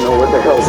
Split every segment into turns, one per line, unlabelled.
is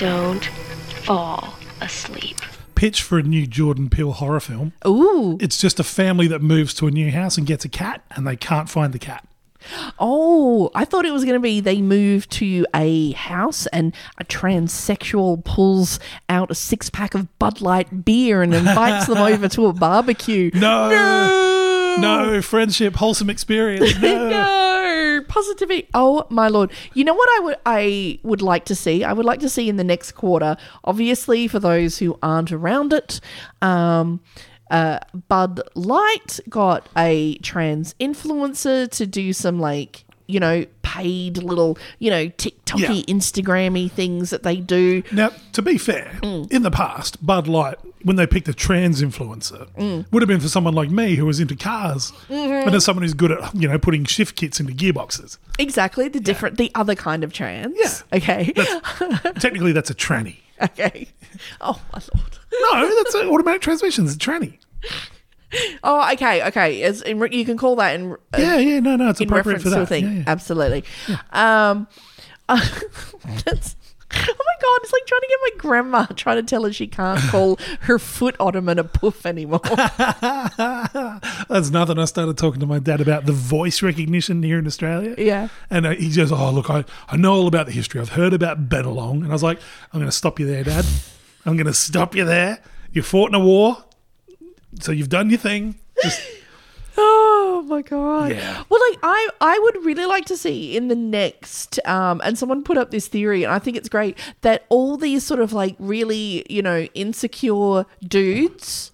Don't fall asleep.
Pitch for a new Jordan Peele horror film.
Ooh.
It's just a family that moves to a new house and gets a cat, and they can't find the cat.
Oh, I thought it was going to be they move to a house and a transsexual pulls out a six pack of Bud Light beer and invites them over to a barbecue.
No, no, friendship, wholesome experience. No.
No, positivity. Oh my lord! You know what I would I would like to see. I would like to see in the next quarter. Obviously, for those who aren't around it, um, uh, Bud Light got a trans influencer to do some like you know paid little you know TikToky,
Yeah.
Instagrammy things that they do.
Now, to be fair,
Mm.
in the past, Bud Light, when they picked a trans influencer,
Mm.
would have been for someone like me who was into cars,
Mm-hmm.
and as someone who's good at you know putting shift kits into gearboxes.
Exactly the different, the other kind of trans.
Yeah.
Okay.
Technically, that's a tranny.
okay. Oh my lord.
No, that's an automatic transmission. It's a tranny.
Oh, okay, okay. It's in, you can call that in,
Yeah, yeah, no, no, it's
in
appropriate
reference
for
to
that.
a thing.
Yeah, yeah.
Absolutely. Um, uh, that's, oh my god, it's like trying to get my grandma trying to tell her she can't call her foot ottoman a poof anymore.
That's nothing. I started talking to my dad about the voice recognition here in Australia.
Yeah.
And uh, he goes, Oh, look, I, I know all about the history. I've heard about Benelong. And I was like, I'm going to stop you there, Dad. I'm going to stop you there. You fought in a war. So you've done your thing. Just,
oh my god.
Yeah.
Well, like I, I would really like to see in the next, um, and someone put up this theory, and I think it's great that all these sort of like really, you know, insecure dudes,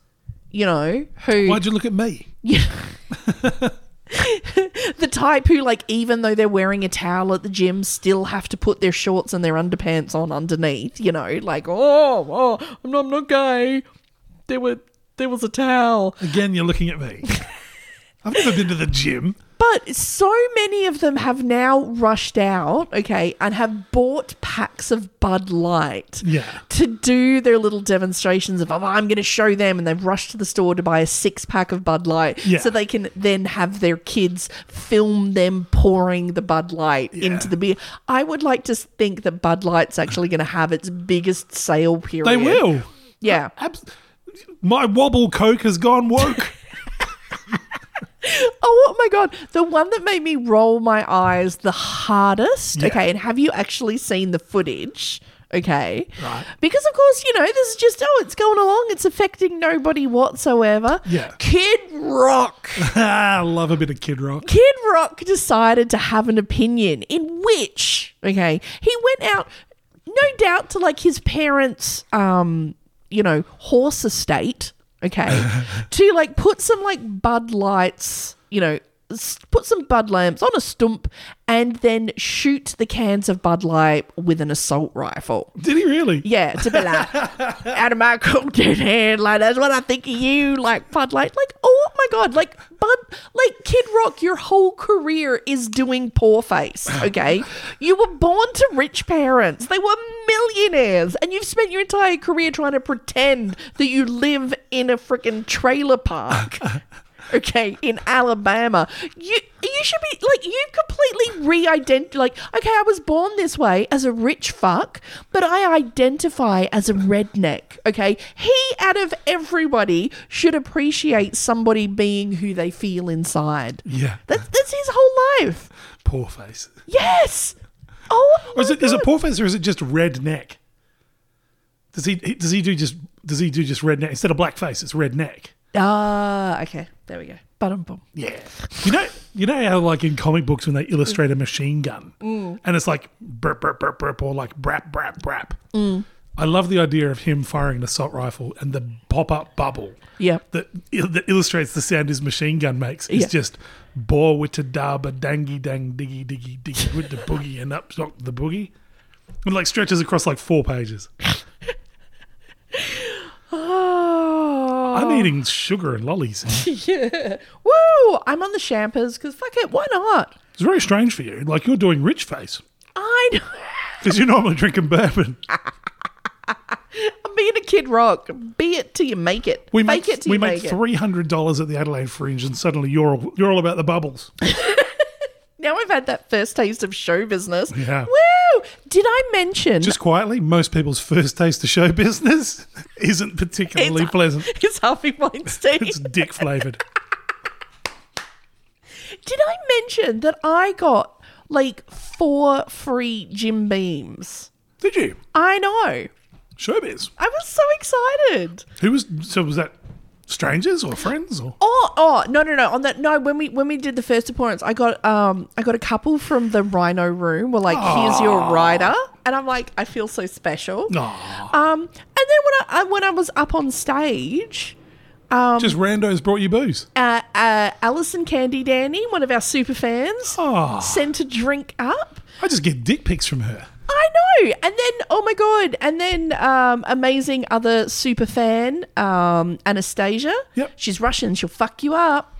you know, who
why'd you look at me?
the type who like even though they're wearing a towel at the gym still have to put their shorts and their underpants on underneath you know like oh, oh I'm, not, I'm not gay there were there was a towel
Again, you're looking at me. I've never been to the gym.
but so many of them have now rushed out okay and have bought packs of bud light
Yeah.
to do their little demonstrations of oh, I'm going to show them, and they've rushed to the store to buy a six pack of Bud Light,
Yeah.
so they can then have their kids film them pouring the Bud Light into the beer. I would like to think that Bud Light's actually going to have its biggest sale period.
They will.
Oh, yeah.
Abs- my wobble coke has gone woke.
Oh my god, the one that made me roll my eyes the hardest. Okay, and have you actually seen the footage? Okay. Right. Because of course, you know, this is just oh, it's going along, it's affecting nobody whatsoever.
Yeah.
Kid Rock.
I love a bit of Kid Rock.
Kid Rock decided to have an opinion in which, okay, he went out, no doubt, to like his parents' um, you know, horse estate, okay, to like put some like Bud Lights, you know, s- put some Bud lamps on a stump and then shoot the cans of Bud Light with an assault rifle.
Did he really?
Yeah, to be like, out of my cold dead hand, like that's what I think of you, like Bud Light, like oh my god, like Bud, like Kid Rock, your whole career is doing poor face. Okay, you were born to rich parents; they were millionaires, and you've spent your entire career trying to pretend that you live in a freaking trailer park. Okay, in Alabama, you you should be like you completely re-identify. Like, okay, I was born this way as a rich fuck, but I identify as a redneck. Okay, he out of everybody should appreciate somebody being who they feel inside.
Yeah.
That's that's his whole life.
Poor face.
Yes. Oh,
Or is
my
it is it
God.
poor face or is it just redneck? Does he he- does he do just does he do just redneck instead of blackface? It's redneck.
Ah, okay. There we go. Bottom bum.
Yeah. You know you know how like in comic books when they illustrate a machine gun and it's like burp burp burp burp or like brap brap brap. I love the idea of him firing an assault rifle and the pop up bubble.
Yeah.
That, that illustrates the sound his machine gun makes. It's
Yeah.
just bore with a daba dangy dang diggy diggy diggy with the boogie and up knock the boogie. It like stretches across like four pages.
Oh,
I'm eating sugar and lollies. It's
Woo! I'm on the champers because fuck it, why not?
very strange for you. Like you're doing rich face
I know.
because you're normally drinking bourbon.
I'm being a Kid Rock. Be it till you make it.
We
Fake
make
it till
we
you
make
make it.
three hundred dollars at the Adelaide Fringe, and suddenly you're all, you're all about the bubbles.
Now I've had that first taste of show business.
Yeah.
Woo! Did I mention
Just quietly, most people's first taste of show business isn't particularly
It's-
pleasant.
it's Harvey Weinstein?
It's dick flavored.
Did I mention that I got like four free Jim Beams?
Did you
I know.
showbiz?
I was so excited.
Who was so? Was that strangers or friends or?
Oh, oh, no, no, no. On that, no. When we when we did the first appearance, I got um, I got a couple from the Rhino Room. Were like, here's your rider, and I'm like, I feel so special.
Aw.
Um, and then when I, I when I was up on stage, um,
just randos brought you booze.
uh, uh, Alison Candy Danny, one of our super fans,
Oh.
sent a drink up.
I just get dick pics from her.
I know. And then, oh my God. And then, um, amazing other super fan, um, Anastasia.
Yep.
She's Russian. She'll fuck you up.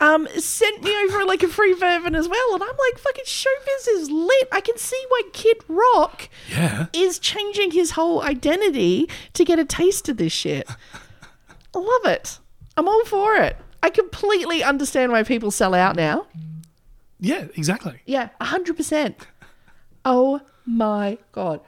Um, sent me over like a free bourbon as well. And I'm like, fucking showbiz is lit. I can see why Kid Rock
Yeah.
is changing his whole identity to get a taste of this shit. I love it. I'm all for it. I completely understand why people sell out now.
Yeah, exactly.
Yeah, 100%. Oh my god.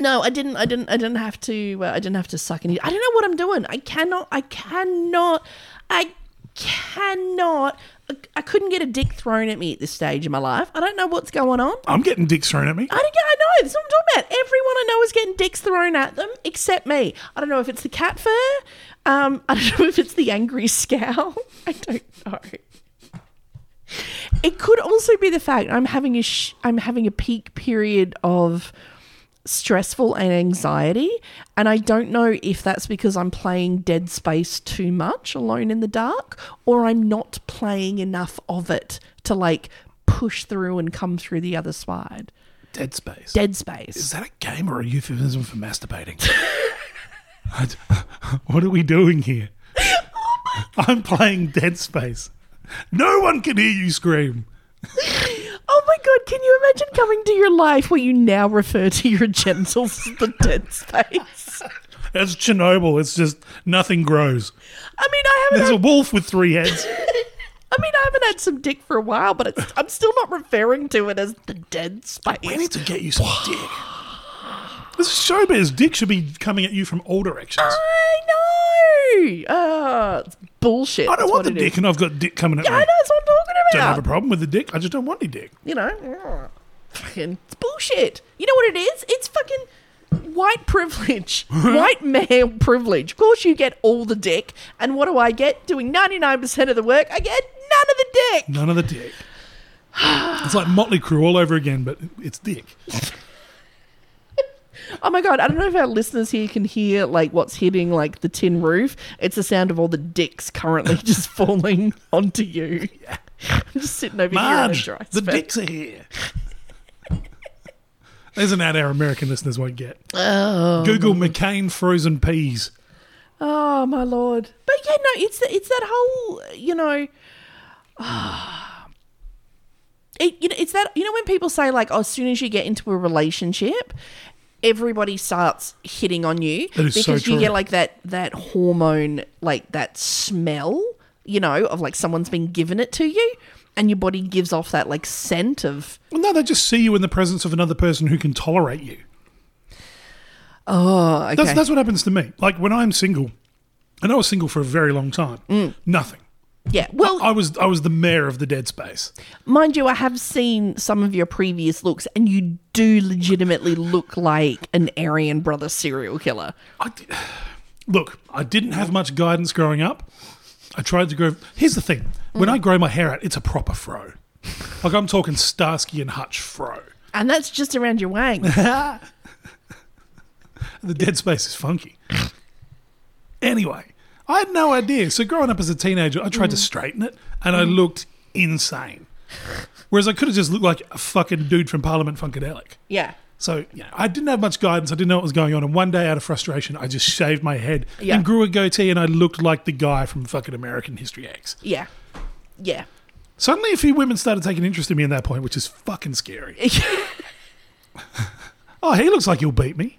No, I didn't I didn't I didn't have to uh, I didn't have to suck any I don't know what I'm doing. I cannot I cannot I cannot I, I couldn't get a dick thrown at me at this stage in my life. I don't know what's going on.
I'm getting dicks thrown at me.
I don't get I know, that's what I'm talking about. Everyone I know is getting dicks thrown at them except me. I don't know if it's the cat fur. Um, I don't know if it's the angry scowl. I don't know. It could also be the fact I'm having a sh- I'm having a peak period of stressful and anxiety, and I don't know if that's because I'm playing Dead Space too much alone in the dark, or I'm not playing enough of it to like push through and come through the other side.
Dead space.
Dead Space.
Is that a game or a euphemism for masturbating? I d- what are we doing here? I'm playing Dead Space. No one can hear you scream.
Oh my god, can you imagine coming to your life where you now refer to your genitals as the dead space?
It's Chernobyl. It's just nothing grows.
I mean, I haven't
There's a
had,
wolf with three heads.
I mean, I haven't had some dick for a while, but it's, I'm still not referring to it as the dead
We
space.
need to get you some dick. This showbiz dick should be coming at you from all directions.
I know. Uh, it's bullshit.
I don't
That's
want the
what it is.
dick, and I've got dick coming at
I
me.
know that's what I'm talking
don't
about.
have a problem with the dick. I just don't want any dick.
you know, fucking, it's bullshit. You know what it is? It's fucking white privilege, white male privilege. Of course, you get all the dick, and what do I get? Doing ninety nine percent of the work, I get none of the dick.
None of the dick. it's like Motley Crue all over again, but it's dick.
Oh my god, I don't know if our listeners here can hear like what's hitting like the tin roof. It's the sound of all the dicks currently just falling onto you. I'm just sitting over
Marge,
here on a dry
the
spell.
dicks are here. There's an ad our American listeners won't get. Google McCain frozen peas.
Oh my lord. But yeah, no, it's the, it's that whole you know ah. it, you know, it's that you know when people say like, oh, as soon as you get into a relationship, everybody starts hitting on you
That is so
because you
true.
get like that that hormone, like that smell, you know, of like someone's been giving it to you, and your body gives off that like scent of
Well, no, they just see you in the presence of another person who can tolerate you.
oh, okay,
That's, that's what happens to me. Like when I'm single, and I was single for a very long time,
Mm.
nothing.
yeah. Well,
I was I was the mayor of the dead space.
mind you, I have seen some of your previous looks, and you do legitimately look like an Aryan brother serial killer.
I di- look, I didn't have much guidance growing up. I tried to grow. Here's the thing:
Mm.
when I grow my hair out, it's a proper fro. Like I'm talking Starsky and Hutch fro.
And that's just around your wang.
The dead space is funky. Anyway, I had no idea. So growing up as a teenager, I tried to straighten it, and I looked insane. Whereas I could have just looked like a fucking dude from Parliament Funkadelic.
yeah.
So yeah, I didn't have much guidance. I didn't know what was going on. And one day, out of frustration, I just shaved my head
Yeah.
and grew a goatee, and I looked like the guy from fucking American History X.
Yeah. Yeah.
Suddenly, a few women started taking interest in me at that point, which is fucking scary. oh, he looks like he'll beat me.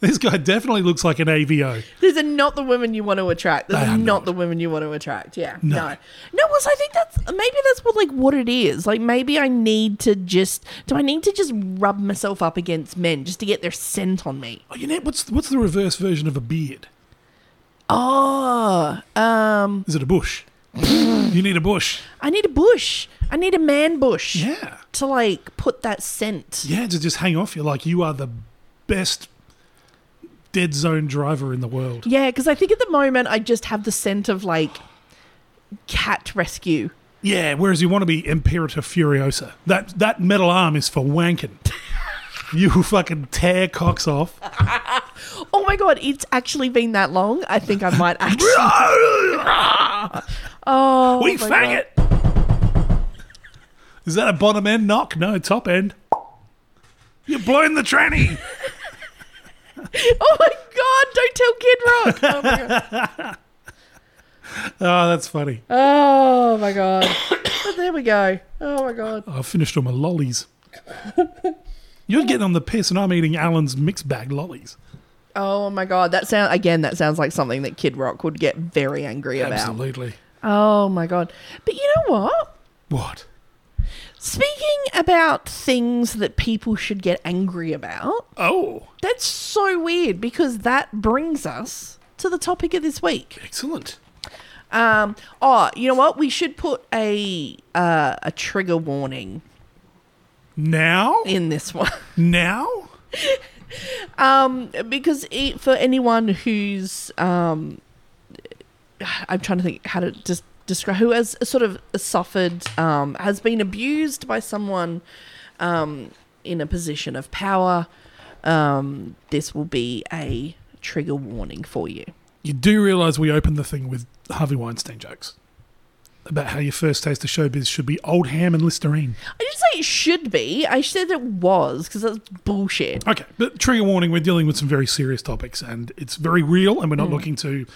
This guy definitely looks like an AVO.
These are not the women you want to attract. These
They
are
are
not,
not.
the women you want to attract. Yeah.
No.
No. No, because I think that's maybe that's what like what it is. Like maybe I need to just do I need to just rub myself up against men just to get their scent on me.
Oh, you know what's what's the reverse version of a beard?
Oh, um
Is it a bush? you need a bush.
I need a bush. I need a man bush.
Yeah.
To like put that scent.
Yeah, to just hang off you like you are the best dead zone driver in the world.
Yeah, because I think at the moment I just have the scent of like cat rescue.
Yeah, whereas you want to be Imperator Furiosa. That that metal arm is for wanking. you fucking tear cocks off.
Oh my god, it's actually been that long. I think I might actually Oh
we
my
fang
God.
it. Is that a bottom end knock? No, top end. You're blowing the tranny.
Oh my god, don't tell Kid Rock. Oh my god.
oh, that's funny.
Oh my god. But there we go. Oh my god.
I finished all my lollies. You're getting on the piss, and I'm eating Alan's mixed bag lollies.
Oh my god. That sound again, that sounds like something that Kid Rock would get very angry about.
Absolutely.
Oh my god. But you know what?
What?
Speaking about things that people should get angry about,
Oh,
that's so weird because that brings us to the topic of this week.
excellent.
Um, oh, you know what? We should put a uh, a trigger warning
Now,
in this one.
now,
because it, for anyone who's um i'm trying to think how to just describe who has sort of suffered um has been abused by someone um in a position of power um this will be a trigger warning for you
you do realize we opened the thing with Harvey Weinstein jokes about how your first taste of showbiz should be old ham and listerine.
i didn't say it should be i said it was because that's bullshit
Okay, but trigger warning, we're dealing with some very serious topics and it's very real and we're not
Hmm.
looking to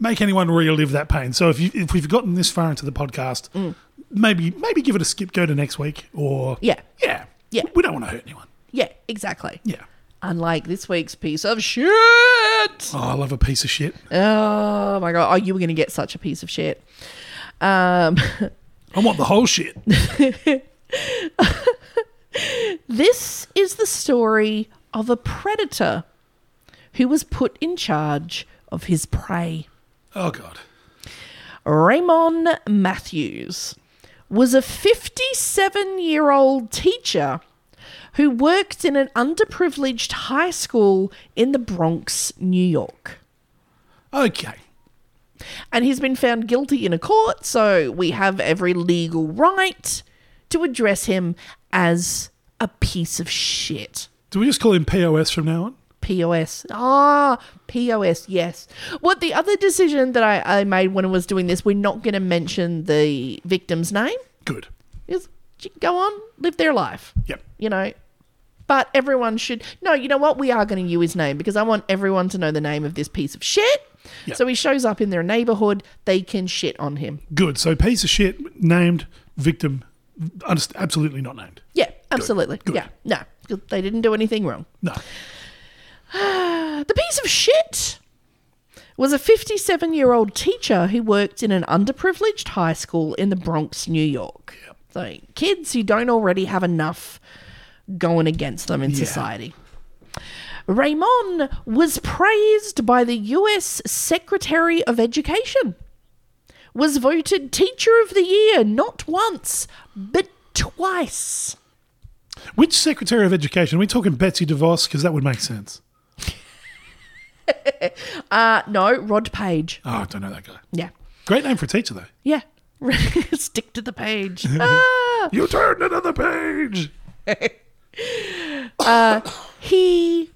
make anyone relive that pain. So if you if we've gotten this far into the podcast,
Hmm.
maybe maybe give it a skip go to next week or
Yeah.
Yeah.
Yeah.
We don't want to hurt anyone.
yeah exactly
Yeah.
unlike this week's piece of shit
Oh, I love a piece of shit.
oh my god oh you were gonna get such a piece of shit um
I want the whole shit.
This is the story of a predator who was put in charge of his prey.
Oh god.
Raymond Matthews was a 57 year old teacher who worked in an underprivileged high school in the Bronx, New York.
Okay.
And he's been found guilty in a court, so we have every legal right to address him as a piece of shit.
Do we just call him POS from now on?
POS. Ah, POS, yes. What the other decision that I, I made when I was doing this, we're not going to mention the victim's name.
Good.
Is go on, live their life,
Yep.
you know. But everyone should. No, you know what? We are going to use his name because I want everyone to know the name of this piece of shit.
Yeah.
So he shows up in their neighborhood, they can shit on him.
Good. So piece of shit named victim underst- absolutely not named.
Yeah, absolutely.
Good.
Yeah, no, 'cause they didn't do anything wrong.
No.
The piece of shit was a 57 year old teacher who worked in an underprivileged high school in the Bronx, New York. So, kids who don't already have enough going against them in society. Raymond was praised by the US Secretary of Education, was voted Teacher of the Year not once, but twice.
Which Secretary of Education? Are we talking Betsy DeVos? Because that would make sense.
Uh, no, Rod Page.
Oh, I don't know that guy.
Yeah.
Great name for a teacher, though.
Yeah. Stick to the page. Ah!
You turned another page.
He,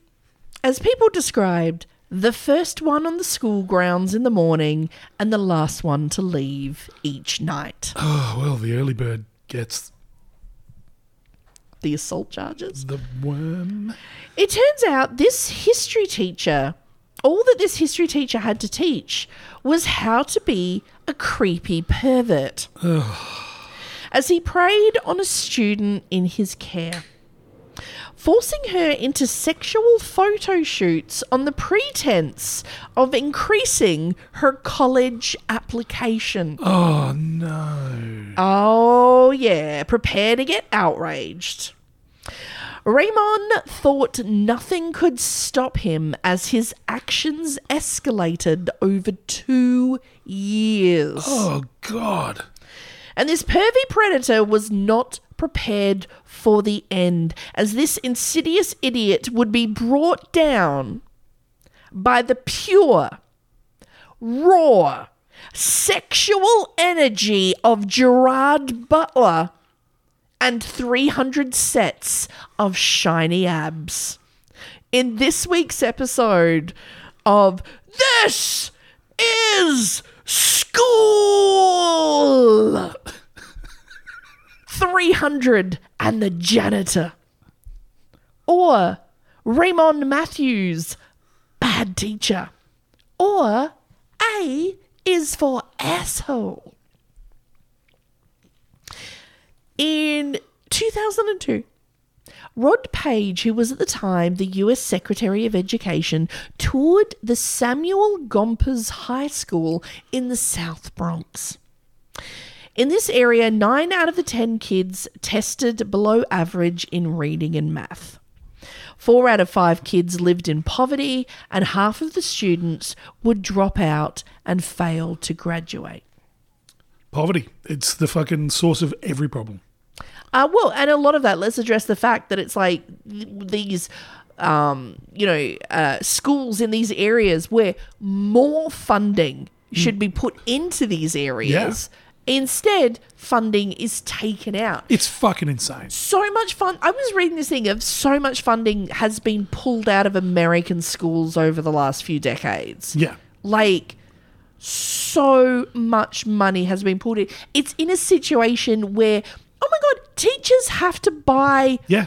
as people described, the first one on the school grounds in the morning and the last one to leave each night.
Oh, well, the early bird gets.
the assault charges.
The worm.
It turns out this history teacher, all that this history teacher had to teach was how to be a creepy pervert. As he preyed on a student in his care, forcing her into sexual photo shoots on the pretense of increasing her college application.
Oh no.
Oh, yeah. Prepare to get outraged. Raymond thought nothing could stop him as his actions escalated over two years.
Oh god.
And this pervy predator was not prepared for the end, as this insidious idiot would be brought down by the pure, raw, sexual energy of Gerard Butler and 300 sets of shiny abs. In this week's episode of This is School 300 and the Janitor, or Raymond Matthews, Bad Teacher, or A is for Asshole. In 2002, Rod Page, who was at the time the US Secretary of Education, toured the Samuel Gompers High School in the South Bronx. In this area, nine out of the 10 kids tested below average in reading and math. Four out of five kids lived in poverty, and half of the students would drop out and fail to graduate.
Poverty. It's the fucking source of every problem.
Uh, well, and a lot of that, let's address the fact that it's like th- these, um, you know, uh, schools in these areas where more funding should be put into these areas. Instead, funding is taken out.
It's fucking insane.
So much fun. I was reading this thing of so much funding has been pulled out of American schools over the last few decades
Yeah.
like so much money has been pulled in. It's in a situation where, oh my god, teachers have to buy
Yeah.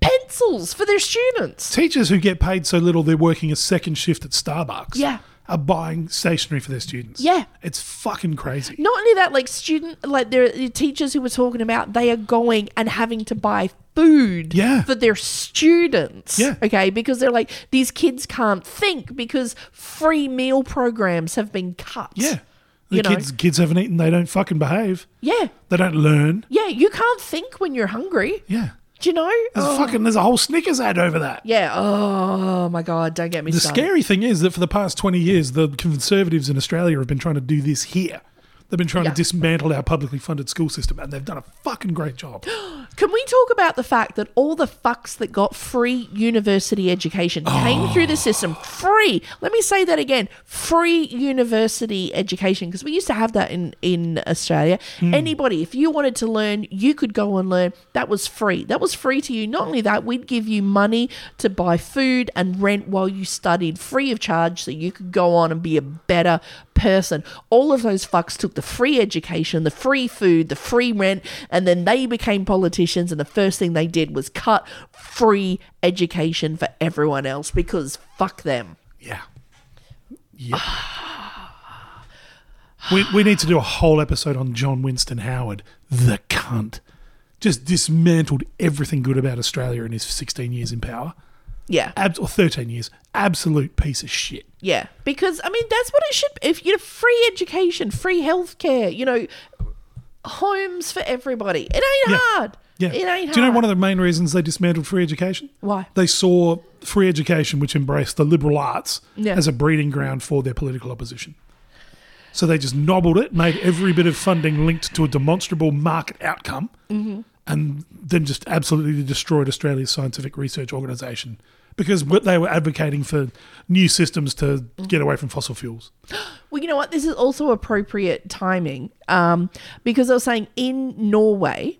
pencils for their students.
Teachers who get paid so little they're working a second shift at Starbucks.
Yeah.
Are buying stationery for their students.
Yeah.
It's fucking crazy.
Not only that, like student, like there are teachers who were talking about, they are going and having to buy food
Yeah.
for their students.
Yeah.
Okay, because they're like these kids can't think because free meal programs have been cut.
Yeah. The
You know.
kids kids haven't eaten, they don't fucking behave.
yeah,
They don't learn.
yeah. You can't think when you're hungry.
Yeah.
Do you know?
There's
Oh.
fucking there's a whole Snickers ad over that.
Yeah. Oh my God. Don't get me
The
started.
scary thing is that for the past 20 years, the conservatives in Australia have been trying to do this here. They've been trying
Yeah.
to dismantle our publicly funded school system, and they've done a fucking great job.
Can we talk about the fact that all the fucks that got free university education came through the system free? Let me say that again: free university education because we used to have that in in Australia.
Hmm.
Anybody, if you wanted to learn, you could go and learn. That was free. That was free to you. Not only that, we'd give you money to buy food and rent while you studied free of charge, so you could go on and be a better person. All of those fucks took the free education, the free food, the free rent, and then they became politicians. And the first thing they did was cut free education for everyone else because fuck them.
Yeah. Yeah. we, we need to do a whole episode on John Winston Howard, the cunt. Just dismantled everything good about Australia in his 16 years in power,
Yeah.
Abs- or 13 years. Absolute piece of shit.
Yeah. Because, I mean, that's what it should If you know, free education, free healthcare, you know, homes for everybody. It ain't
Yeah.
hard.
Yeah.
It ain't
Do you know
hard.
one of the main reasons they dismantled free education?
Why?
They saw free education, which embraced the liberal arts,
Yeah.
as a breeding ground for their political opposition. So they just nobbled it, made every bit of funding linked to a demonstrable market outcome,
Mm-hmm.
and then just absolutely destroyed Australia's scientific research organisation because what they were advocating for new systems to
Mm.
get away from fossil fuels.
Well, you know what? This is also appropriate timing um, because I was saying in Norway,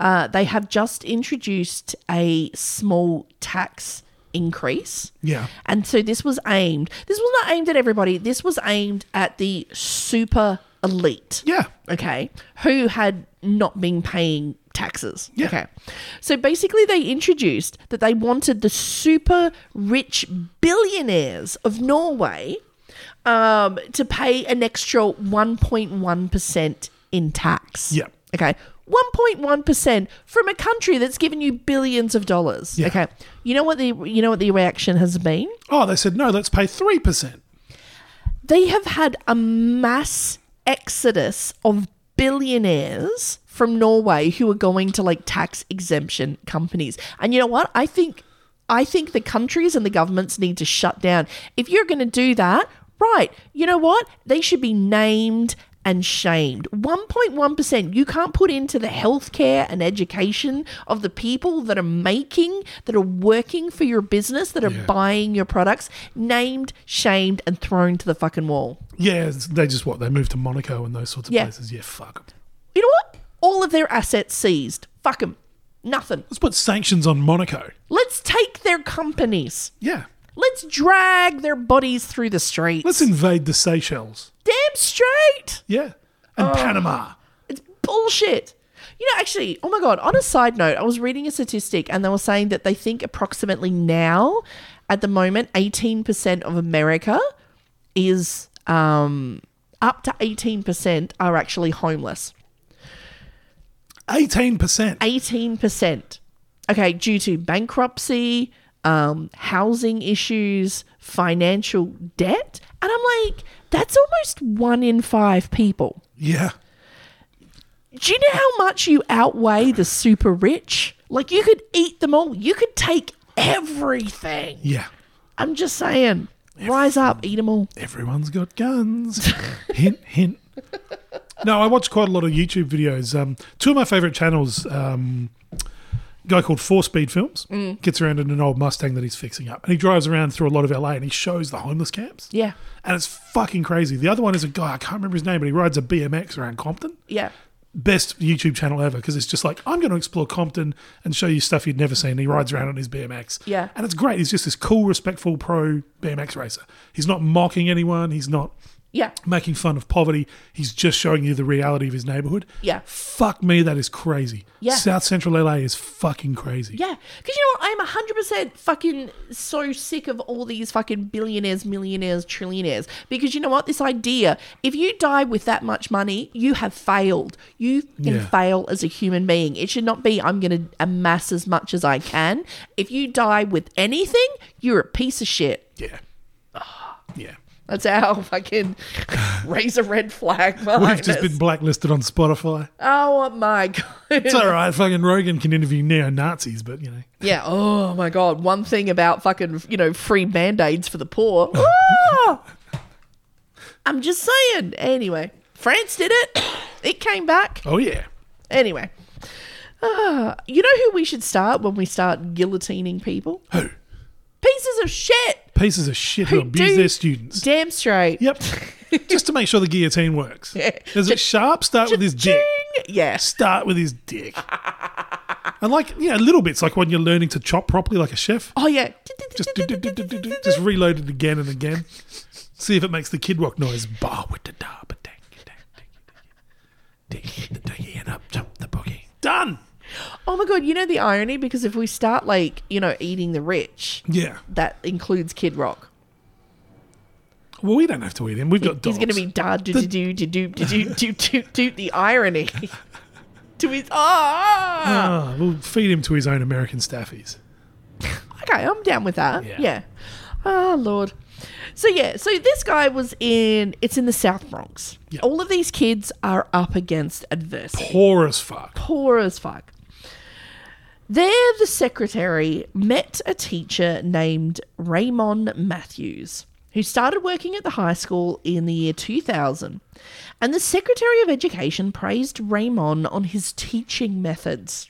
uh, they have just introduced a small tax increase.
Yeah.
And so this was aimed, this was not aimed at everybody, this was aimed at the super elite.
Yeah.
Okay. Who had not been paying taxes.
Yeah.
Okay. So basically, they introduced that they wanted the super rich billionaires of Norway um, to pay an extra 1.1% in tax.
Yeah.
Okay. 1.1% from a country that's given you billions of dollars.
Yeah.
Okay. You know what the you know what the reaction has been?
Oh, they said, no, let's pay 3%.
they have had a mass exodus of billionaires from Norway who are going to like tax exemption companies. And you know what? I think I think the countries and the governments need to shut down. If you're going to do that, right. You know what? They should be named and shamed. 1.1% you can't put into the healthcare and education of the people that are making, that are working for your business, that are buying your products, named, shamed, and thrown to the fucking wall.
Yeah, they just what? They moved to Monaco and those sorts of
Yeah.
places. Yeah, fuck 'em.
You know what? All of their assets seized. Fuck them. Nothing.
Let's put sanctions on Monaco.
Let's take their companies.
Yeah.
Let's drag their bodies through the streets.
Let's invade the Seychelles.
Damn straight.
Yeah. And Panama.
It's bullshit. You know, actually, oh my God, on a side note, I was reading a statistic and they were saying that they think approximately now, at the moment, 18% of America is um, up to 18% are actually homeless.
18%.
18%. Okay, due to bankruptcy, um, housing issues, financial debt. And I'm like, that's almost one in five people.
Yeah.
Do you know how much you outweigh the super rich? Like, you could eat them all, you could take everything.
Yeah.
I'm just saying, rise up, eat them all.
Everyone's got guns. hint, hint. No, I watch quite a lot of YouTube videos. Um, two of my favorite channels, um, a guy called Four Speed Films, gets around in an old Mustang that he's fixing up. And he drives around through a lot of LA and he shows the homeless camps.
Yeah.
And it's fucking crazy. The other one is a guy, I can't remember his name, but he rides a BMX around Compton.
Yeah.
Best YouTube channel ever because it's just like, I'm going to explore Compton and show you stuff you'd never seen. He rides around on his BMX.
Yeah.
And it's great. He's just this cool, respectful pro BMX racer. He's not mocking anyone. He's not
Yeah.
making fun of poverty. He's just showing you the reality of his neighborhood.
Yeah.
Fuck me, that is crazy.
Yeah.
South Central LA is fucking crazy.
Yeah, because you know what? I'm 100% fucking so sick of all these fucking billionaires, millionaires, trillionaires. Because you know what? This idea if you die with that much money, you have failed. You can
Yeah.
fail as a human being. It should not be, I'm going to amass as much as I can. If you die with anything, you're a piece of shit.
Yeah. Yeah.
That's our fucking raise a red flag.
We've just been blacklisted on Spotify.
oh my God.
It's all right. Fucking Rogan can interview neo Nazis, but you know.
Yeah. Oh my god. One thing about fucking you know free band aids for the poor. Ah! I'm just saying. Anyway, France did it. It came back.
Oh yeah.
Anyway, Ah, you know who we should start when we start guillotining people?
Who?
Pieces of shit.
Pieces of shit who,
Who
abuse
do-
their students.
Damn straight.
yep. just to make sure the guillotine works.
Yeah.
Is it sharp? Start with his dick.
Yeah.
Start with his dick. and like, you know, little bits like when you're learning to chop properly like a chef.
Oh yeah.
just, do, do, do, do, do, do, just reload it again and again. See if it makes the kid rock noise. Bah with the da ba dang dang dang dang the diggy and up jump the boogie. Done.
Oh my god. You know the irony because if we start like you know eating the rich,
Yeah.
that includes Kid Rock.
Well, we don't have to eat him. We've got dogs.
He's going to be da do do do do do do do do do the irony to his ah.
Ah, we'll feed him to his own American staffies.
Okay, I'm down with that.
Yeah.
Yeah. Ah, lord. So yeah, so this guy was in. It's in the South Bronx.
Yeah.
All of these kids are up against adversity.
Poor as fuck.
poor as fuck. There, the secretary met a teacher named Raymond Matthews, who started working at the high school in the year 2000. And the Secretary of Education praised Raymond on his teaching methods.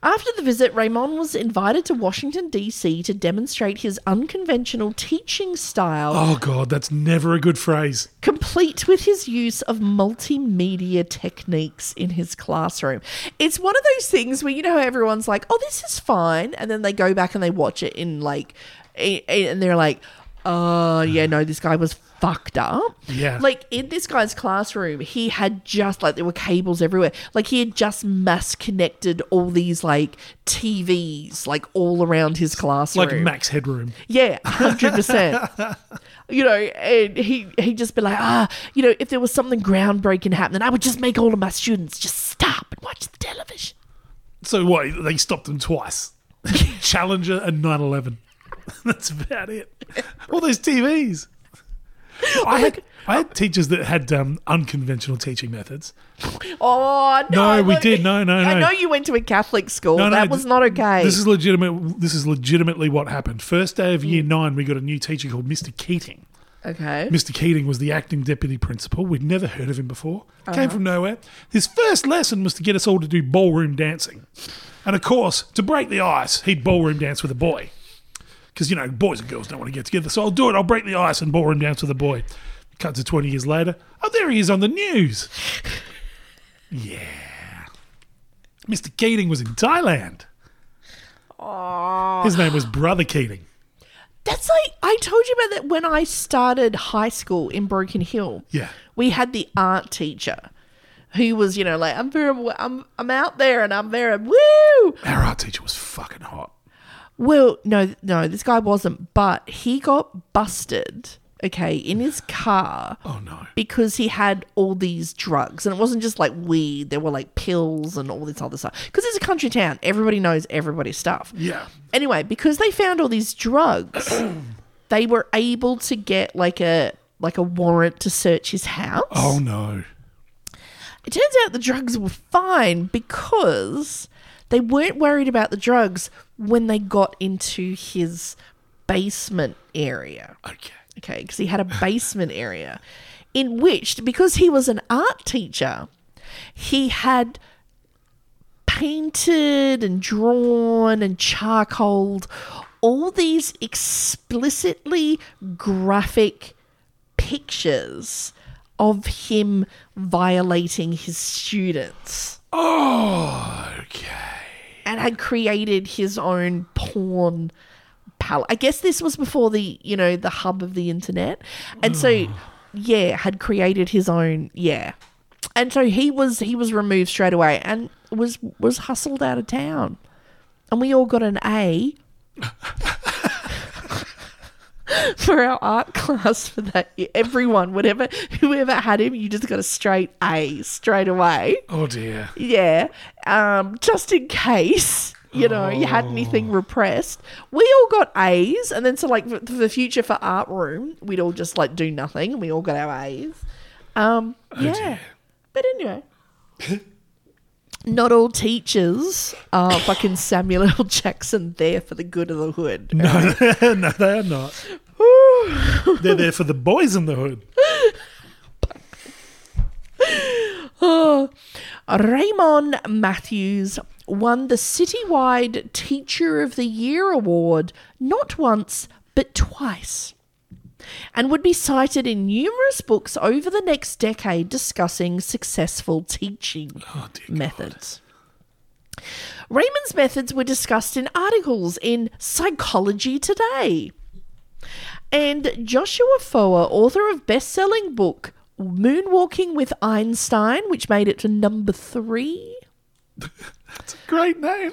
After the visit, Raymond was invited to Washington, D.C. to demonstrate his unconventional teaching style
Oh god, that's never a good phrase.
complete with his use of multimedia techniques in his classroom. It's one of those things where you know how everyone's like, "Oh, this is fine," and then they go back and they watch it in like, i- i- and they're like, "Oh, yeah, no, this guy was fucked up.
Yeah.
Like in this guy's classroom, he had just like there were cables everywhere. Like he had just mass connected all these like TVs like all around his classroom.
Like Max Headroom.
Yeah, hundred percent. You know, and he he just be like, ah, you know, if there was something groundbreaking happening, I would just make all of my students just stop and watch the television.
So what? They stopped him twice. Challenger and 9/11. That's about it. All those TVs. I had I had teachers that had um, unconventional teaching methods.
Oh no!
No, we
look-
did. No, no,
I
no.
know you went to a Catholic school.
No, no,
that
th-
was not okay.
This is legitimate. This is legitimately what happened. First day of
Hmm.
year nine, we got a new teacher called Mr. Keating.
okay.
Mr. Keating was the acting deputy principal. We'd never heard of him before. Came from nowhere. His first lesson was to get us all to do ballroom dancing. And of course, to break the ice, he'd ballroom dance with a boy. Because, you know, boys and girls don't want to get together. So I'll do it. I'll break the ice and ballroom dance with a boy. Cut to 20 years later. Oh, there he is on the news. Yeah. Mr. Keating was in Thailand. His name was Brother Keating.
That's like I told you about that when I started high school in Broken Hill.
Yeah.
we had the art teacher who was, you know, like I'm very, I'm, I'm out there and I'm there and woo.
Our art teacher was fucking hot.
Well, no, no, this guy wasn't, but he got busted. Okay, in his car.
Oh, no.
because he had all these drugs and it wasn't just like weed there were like pills and all this other stuff because it's a country town everybody knows everybody's stuff
Yeah.
anyway because they found all these drugs they were able to get like a like a warrant to search his house
Oh, no.
it turns out the drugs were fine because they weren't worried about the drugs when they got into his basement area
Okay.
okay, because he had a basement area in which, because he was an art teacher, he had painted and drawn and charcoaled all these explicitly graphic pictures of him violating his students
Oh, okay.
and had created his own porn palette. I guess this was before the you know the hub of the internet, and so yeah, had created his own yeah, and so he was he was removed straight away and was was hustled out of town, and we all got an A. For our art class for that year. Everyone, whatever whoever had him, you just got a straight A straight away.
Oh dear.
Yeah. Um, just in case, you know, you had
Oh.
anything repressed. We all got A's. And then, so like for, for the future for art room, we'd all just like do nothing and we all got our A's. Um, yeah.
Oh, dear.
But anyway. Not all teachers are fucking Samuel L. Jackson there for the good of the hood.
No, no, they are not. They're there for the boys in the hood.
Raymond Matthews won the Citywide Teacher of the Year award not once, but twice, and would be cited in numerous books over the next decade discussing successful teaching methods. Raymond's methods were discussed in articles in Psychology Today. And Joshua Foer, author of best-selling book Moonwalking with Einstein, which made it to number 3.
Great name.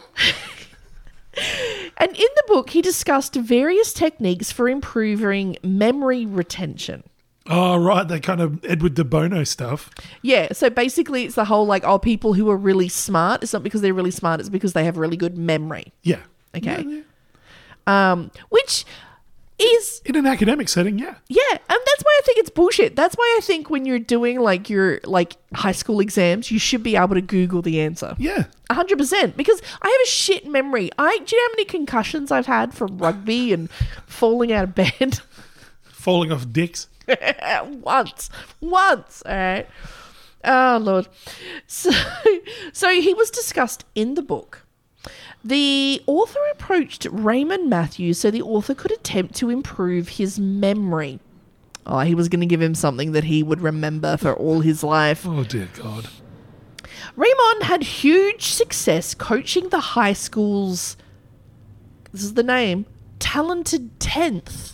And in the book, he discussed various techniques for improving memory retention.
Oh, right. That kind of Edward de Bono stuff.
Yeah, so basically it's the whole like oh people who are really smart, it's not because they're really smart, it's because they have really good memory,
Yeah.
Okay.
Yeah, yeah.
um which is
In an academic setting, yeah.
Yeah, and that's why I think it's bullshit. That's why I think when you're doing like your like high school exams, you should be able to Google the answer.
Yeah.
A hundred percent. Because I have a shit memory. I do you know how many concussions I've had from rugby and falling out of bed?
Falling off dicks.
once, once. All right. Oh lord. So, so he was discussed in the book. The author approached Raymond Matthews so the author could attempt to improve his memory. Oh, he was going to give him something that he would remember for all his life.
Oh, dear God.
Raymond had huge success coaching the high school's this is the name talented 10th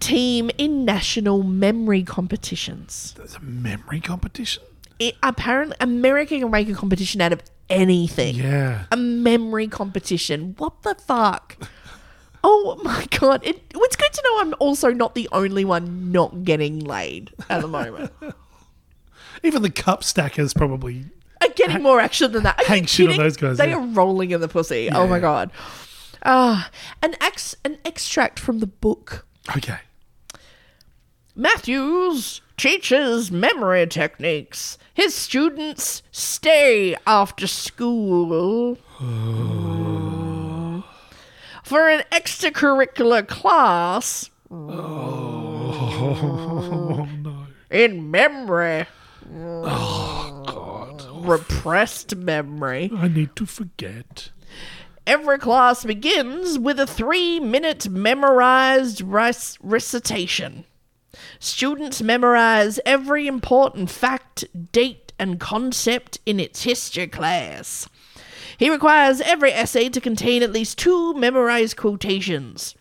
team in national memory competitions.
There's a memory competition.
It, apparently, America can make a competition out of anything.
Yeah.
A memory competition. What the fuck? Oh my god! It, it's good to know I'm also not the only one not getting laid at the moment.
Even the cup stackers probably.
are getting more action than that. Are you
Hang shit on
kidding?
those guys,
They
yeah.
are rolling in the pussy. Oh my god. Ah, an ex an extract from the book
Okay.
Matthews teaches memory techniques. His students stay after school for an extracurricular class
Oh no.
in memory.
Oh,
Repressed memory.
I need to forget.
Every class begins with a three minute memorized rice recitation. Students memorize every important fact, date, and concept in its history class. He requires every essay to contain at least two memorized quotations.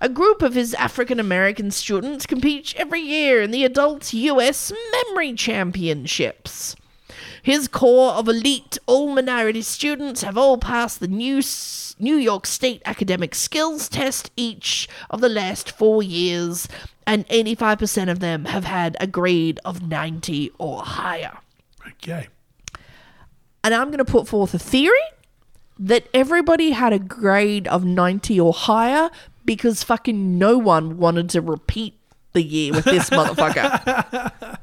A group of his African American students compete every year in the Adult U.S. Memory Championships. His core of elite all minority students have all passed the new S- New York State academic skills test each of the last 4 years and 85% of them have had a grade of 90 or higher.
Okay.
And I'm going to put forth a theory that everybody had a grade of 90 or higher because fucking no one wanted to repeat the year with this motherfucker.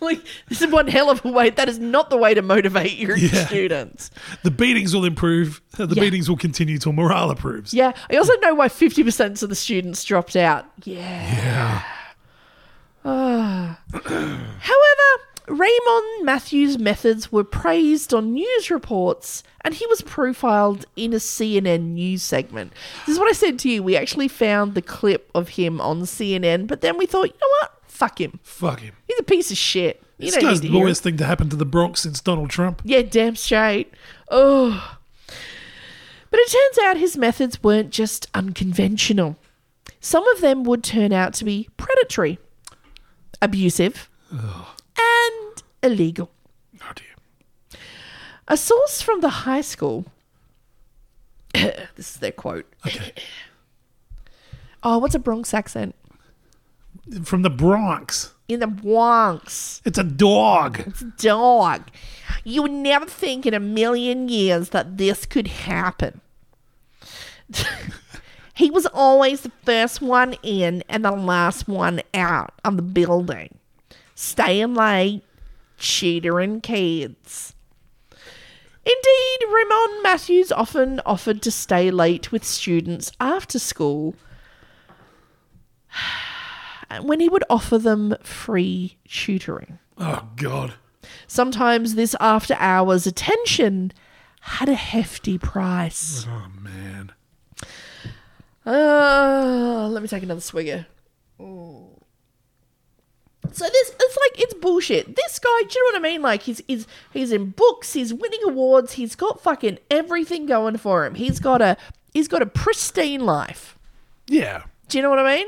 Like, this is one hell of a way. That is not the way to motivate your students.
The beatings will improve. The
Yeah.
beatings will continue till morale improves.
Yeah. I also know why 50% of the students dropped out. Yeah. However, Raymond Matthews' methods were praised on news reports, and he was profiled in a CNN news segment. This is what I said to you. We actually found the clip of him on CNN, but then we thought, you know what? Fuck him.
Fuck him.
He's a piece of shit. You
This
don't
guy's
need
the
to hear him.
worst thing to happen to the Bronx since Donald Trump.
Yeah, damn straight. Oh. But it turns out his methods weren't just unconventional. Some of them would turn out to be predatory, abusive, and illegal.
Oh dear.
A source from the high school. this is their quote.
Okay.
Oh, what's a Bronx accent?
From the Bronx.
In the Bronx.
It's a dog.
dog. You would never think in a million years that this could happen. he was always the first one in and the last one out of the building. Staying late, cheatering kids. Indeed, Ramon Matthews often offered to stay late with students after school when he would offer them free tutoring.
Oh god.
Sometimes this after hours attention had a hefty price.
Oh man.
Uh, let me take another swigger. Mm. So this it's like it's bullshit. This guy, do you know what I mean? Like he's he's he's in books, he's winning awards, he's got fucking everything going for him. He's got a he's got a pristine life.
Yeah.
Do you know what I mean?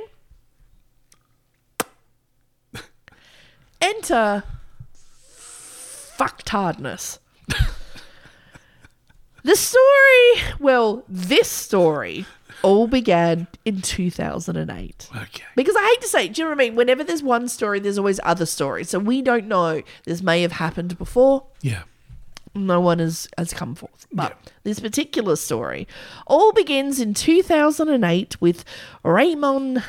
Enter fucktardness. the story, well, this story all began in 2008.
Okay.
Because I hate to say, it, do you know what I mean? Whenever there's one story, there's always other stories. So we don't know. This may have happened before
Yeah.
no one has, has come forth. But
Yeah.
this particular story all begins in 2008 with Raymond,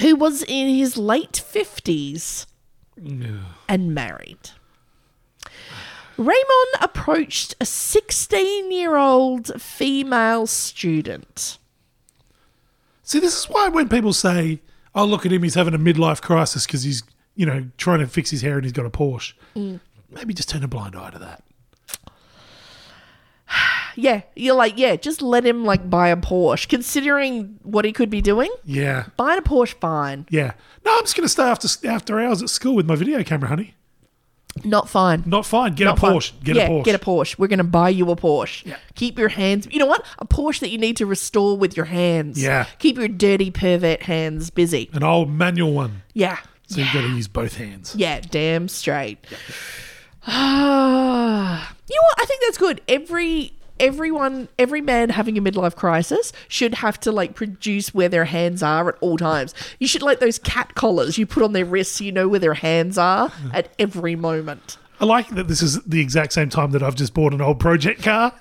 who was in his late 50s and married. Raymond approached a 16 year old female student.
See, this is why when people say, "Oh, look at him, he's having a midlife crisis because he's, you know, trying to fix his hair and he's got a Porsche,"
Mm.
maybe just turn a blind eye to that.
Yeah, you're like, yeah, just let him like buy a Porsche, considering what he could be doing.
Yeah.
Buying a Porsche, fine.
Yeah. No, I'm just gonna stay after after hours at school with my video camera, honey.
Not fine.
Not fine. Get
Not
a
fine.
Porsche. Get
yeah,
a Porsche.
Get a Porsche. We're going to buy you a Porsche.
Yeah.
Keep your hands. You know what? A Porsche that you need to restore with your hands.
Yeah.
Keep your dirty pervert hands busy.
An old manual one.
Yeah.
So you've got to use both hands.
Yeah, damn straight. Ah, you know what? I think that's good. Every everyone, every man having a midlife crisis should have to like produce where their hands are at all times. You should like those cat collars you put on their wrists, so you know where their hands are at every moment.
I like that this is the exact same time that I've just bought an old project car.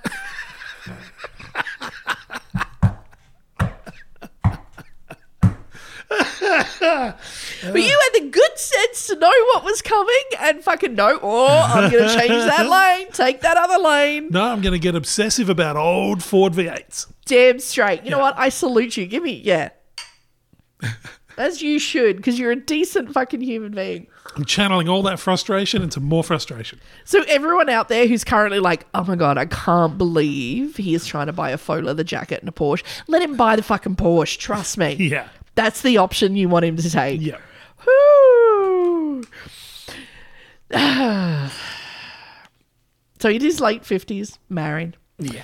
But you had the good sense to know what was coming and fucking know. Oh, I'm gonna change that lane. Take that other lane.
No, I'm going to get obsessive about old Ford V8s.
damn straight. You know what? I salute you. Give me, yeah. As you should, because you're a decent fucking human being.
I'm channeling all that frustration into more frustration.
So everyone out there who's currently like, oh my god, I can't believe he is trying to buy a faux leather jacket and a Porsche. Let him buy the fucking Porsche. Trust me.
Yeah.
That's the option you want him to take.
Yeah.
Whew. so it is late 50s, married.
Yeah.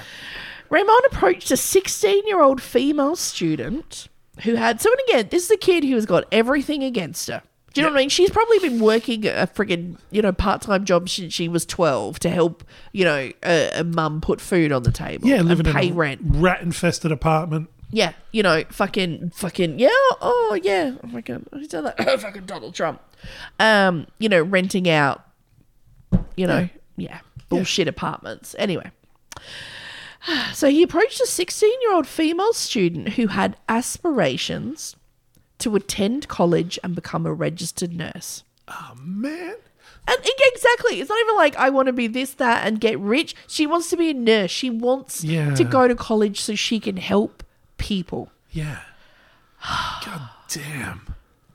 Raymond approached a 16 year old female student who had, so and again, this is a kid who has got everything against her. Do you know what I mean? She's probably been working a friggin', you know, part time job since she was 12 to help, you know, a, a mum put food on the table.
Yeah,
and
living
pay
in a
rent.
rat infested apartment.
Yeah, you know, fucking, fucking, yeah, oh yeah, oh my god, who's done that? fucking Donald Trump. Um, you know, renting out, you know, yeah, bullshit apartments. Anyway, so he approached a 16-year-old female student who had aspirations to attend college and become a registered nurse.
Man.
And e- exactly, it's not even like I want to be this, that, and get rich. She wants to be a nurse. She wants
Yeah.
to go to college so she can help people.
Yeah. God damn.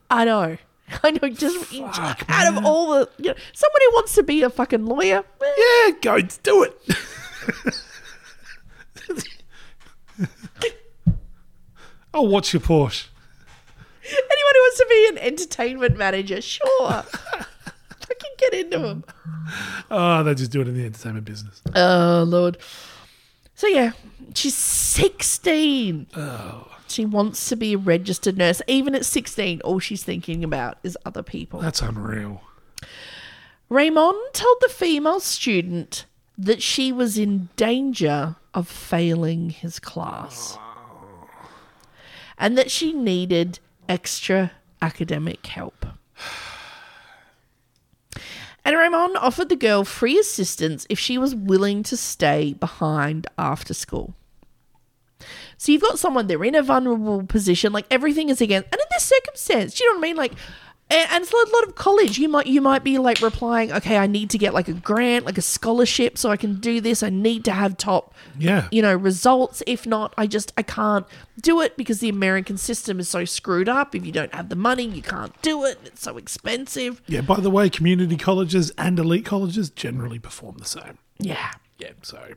I know. I know. Just out of all the, you know, someone who wants to be a fucking lawyer. eh,
Yeah, go do it. I'll Oh, watch your Porsche.
Anyone who wants to be an entertainment manager, sure. I can get into them.
Mm. Oh, they just do it in the entertainment business.
Oh lord. So yeah, she's sixteen.
Oh.
She wants to be a registered nurse. Even at sixteen, all she's thinking about is other people.
That's unreal.
Raymond told the female student that she was in danger of failing his class and that she needed extra academic help. And Raymond offered the girl free assistance if she was willing to stay behind after school. So you've got someone they're in a vulnerable position, like everything is against, and in this circumstance, do you know what I mean? Like, and, and it's a lot of college. You might you might be like replying, okay, I need to get like a grant, like a scholarship, so I can do this. I need to have top,
Yeah.
you know, results. If not, I just I can't do it because the American system is so screwed up. If you don't have the money, you can't do it. It's so expensive.
Yeah, by the way, community colleges and elite colleges generally perform the same.
Yeah.
Yeah, so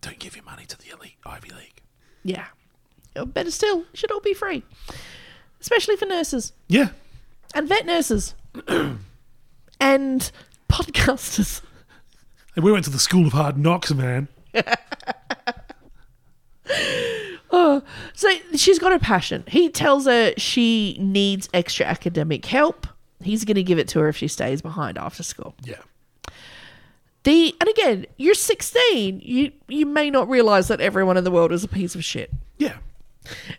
don't give your money to the elite Ivy League.
Yeah. Or better still, it should all be free, especially for nurses
Yeah.
and vet nurses and podcasters.
And we went to the School of Hard Knocks, man.
So she's got a passion. He tells her she needs extra academic help. He's going to give it to her if she stays behind after school.
Yeah.
The and again, you're 16. You you may not realize that everyone in the world is a piece of shit.
Yeah.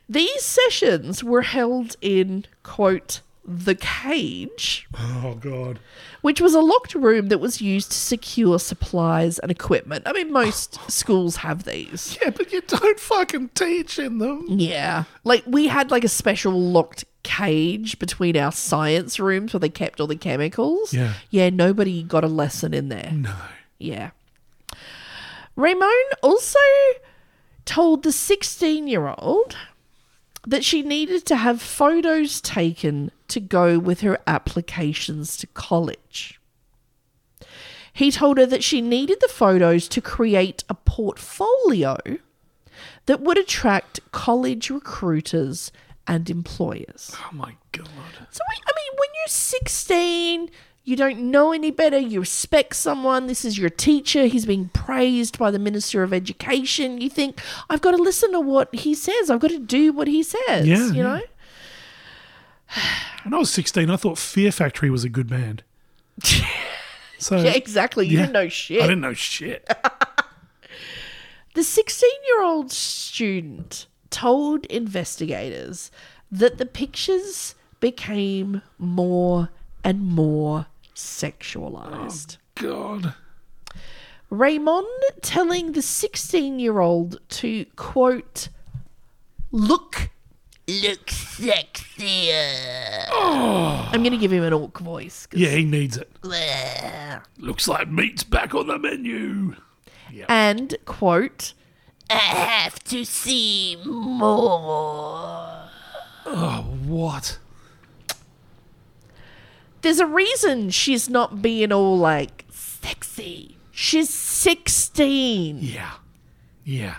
These sessions were held in quote the cage.
Oh, God.
which was a locked room that was used to secure supplies and equipment. I mean, most schools have these.
Yeah, but you don't fucking teach in them.
Yeah. Like, we had like a special locked cage between our science rooms where they kept all the chemicals.
Yeah.
Yeah, nobody got a lesson in there.
No.
Yeah. Ramon also told the 16 year old that she needed to have photos taken to go with her applications to college. He told her that she needed the photos to create a portfolio that would attract college recruiters and employers.
Oh, my God.
So, we- I mean, when you're 16, You don't know any better. You respect someone. This is your teacher. He's being praised by the Minister of Education. You think, I've got to listen to what he says. I've got to do what he says.
Yeah,
you
yeah.
know?
When I was 16, I thought Fear Factory was a good band. So
Yeah, exactly. You
yeah.
didn't know shit.
I didn't know shit.
The 16 year old student told investigators that the pictures became more and more sexualized.
God.
Raymond telling the 16 year old to quote, look, look sexier. I'm going to give him an awk voice. 'cause-
Yeah, he needs it. Looks like meat's back on the menu.
And quote, I have to see more.
What?
There's a reason she's not being all like sexy. She's 16.
Yeah. Yeah.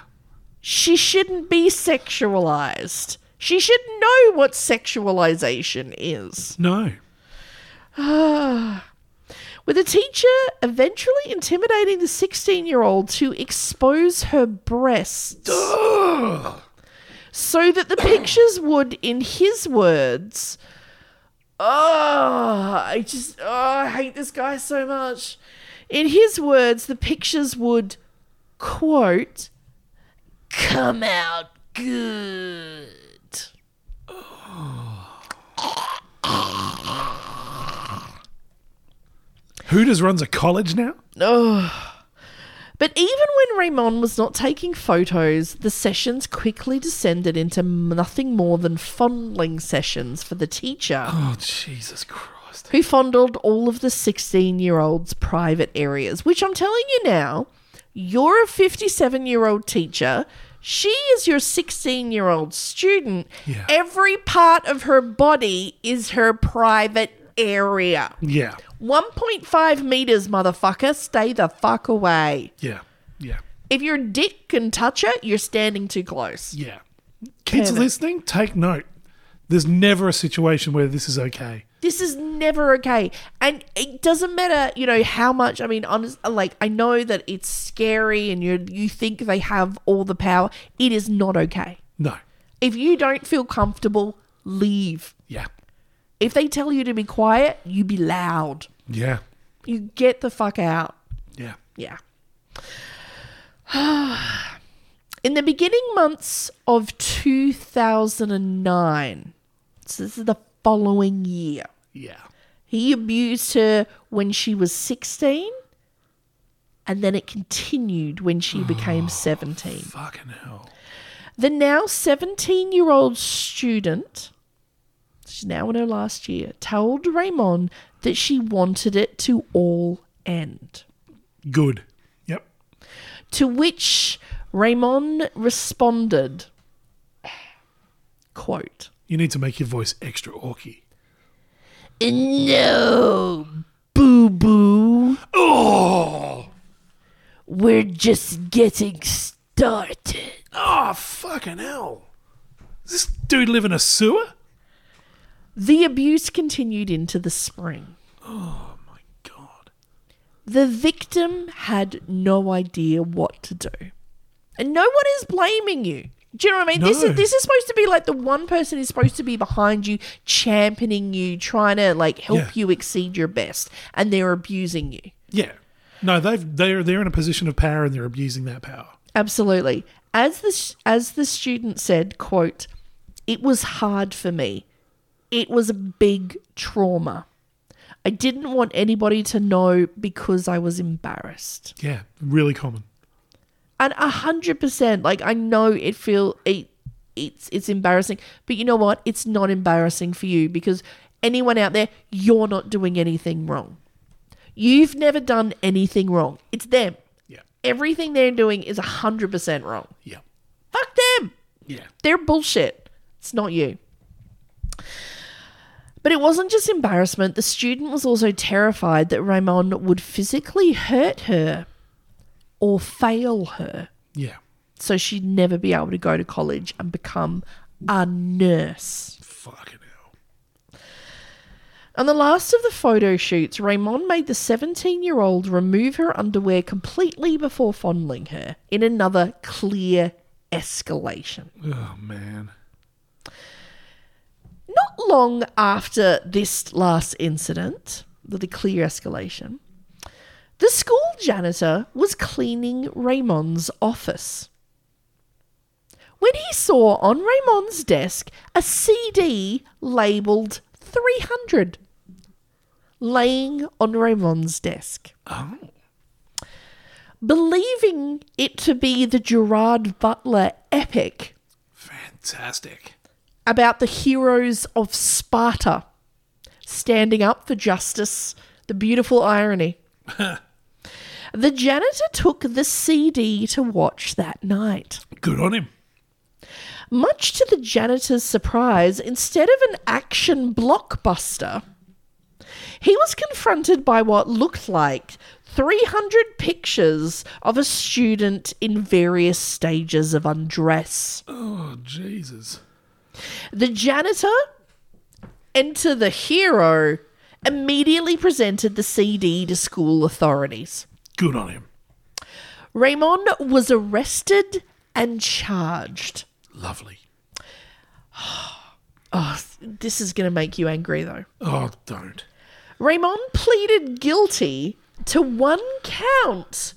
She shouldn't be sexualized. She should know what sexualization is.
No.
With a teacher eventually intimidating the 16 year old to expose her breasts so that the pictures would, in his words, oh, I just, oh, I hate this guy so much. In his words, the pictures would, quote, come out good.
Hooters runs a college now?
But even when Raymond was not taking photos, the sessions quickly descended into nothing more than fondling sessions for the teacher,
Oh, Jesus Christ.
who fondled all of the 16 year old's private areas. Which I'm telling you now, you're a 57 year old teacher. She is your 16 year old student.
Yeah.
Every part of her body is her private area.
Yeah.
1.5 meters, motherfucker. Stay the fuck away.
Yeah. Yeah.
If your dick can touch it, you're standing too close.
Yeah. Kids
Damn it.
listening, take note. There's never a situation where this is okay.
This is never okay. And it doesn't matter, you know, how much. I mean, honest, like I know that it's scary and you you think they have all the power. It is not okay.
No.
If you don't feel comfortable, leave.
Yeah.
If they tell you to be quiet, you be loud.
Yeah.
You get the fuck out.
Yeah.
Yeah. In the beginning months of 2009, so this is the following year,
Yeah.
he abused her when she was 16, and then it continued when she became 17.
Fucking hell.
The now 17 year old student, she's now in her last year, told Raymond that she wanted it to all end.
Good. Yep.
To which Raymond responded, quote,
You need to make your voice extra orky.
No, boo boo.
Oh!
We're just getting started.
Oh, fucking hell. Does this dude live in a sewer?
The abuse continued into the spring.
Oh, God.
The victim had no idea what to do. And no one is blaming you. Do you know what I mean? This
No.
is this is supposed to be like the one person is supposed to be behind you, championing you, trying to like help
Yeah.
you exceed your best, and they're abusing you.
Yeah. No, they've they're they're in a position of power and they're abusing that power.
Absolutely. As the as the student said, quote, "It was hard for me. It was a big trauma. I didn't want anybody to know because I was embarrassed."
Yeah. Really common.
And a hundred percent, like I know it feel it, it's it's embarrassing, but you know what? It's not embarrassing for you because anyone out there, you're not doing anything wrong. You've never done anything wrong. It's them.
Yeah.
Everything they're doing is a hundred percent wrong.
Yeah.
Fuck them.
Yeah.
They're bullshit. It's not you. But it wasn't just embarrassment. The student was also terrified that Raymond would physically hurt her or fail her.
Yeah.
So she'd never be able to go to college and become a nurse.
Fucking hell.
On the last of the photo shoots, Raymond made the 17 year old remove her underwear completely before fondling her in another clear escalation.
Oh man.
Not long after this last incident, the the clear escalation, the school janitor was cleaning Raymond's office. When he saw on Raymond's desk a CD labeled 300 laying on Raymond's desk. Believing it to be the Gerard Butler epic
Fantastic.
about the heroes of Sparta standing up for justice. The beautiful irony. the janitor took the CD to watch that night.
Good on him.
Much to the janitor's surprise, instead of an action blockbuster, he was confronted by what looked like 300 pictures of a student in various stages of undress.
Oh Jesus.
The janitor, enter the hero, immediately presented the CD to school authorities.
Good on him.
Raymond was arrested and charged.
Lovely.
Oh, this is going to make you angry, though.
Oh, don't.
Raymond pleaded guilty to one count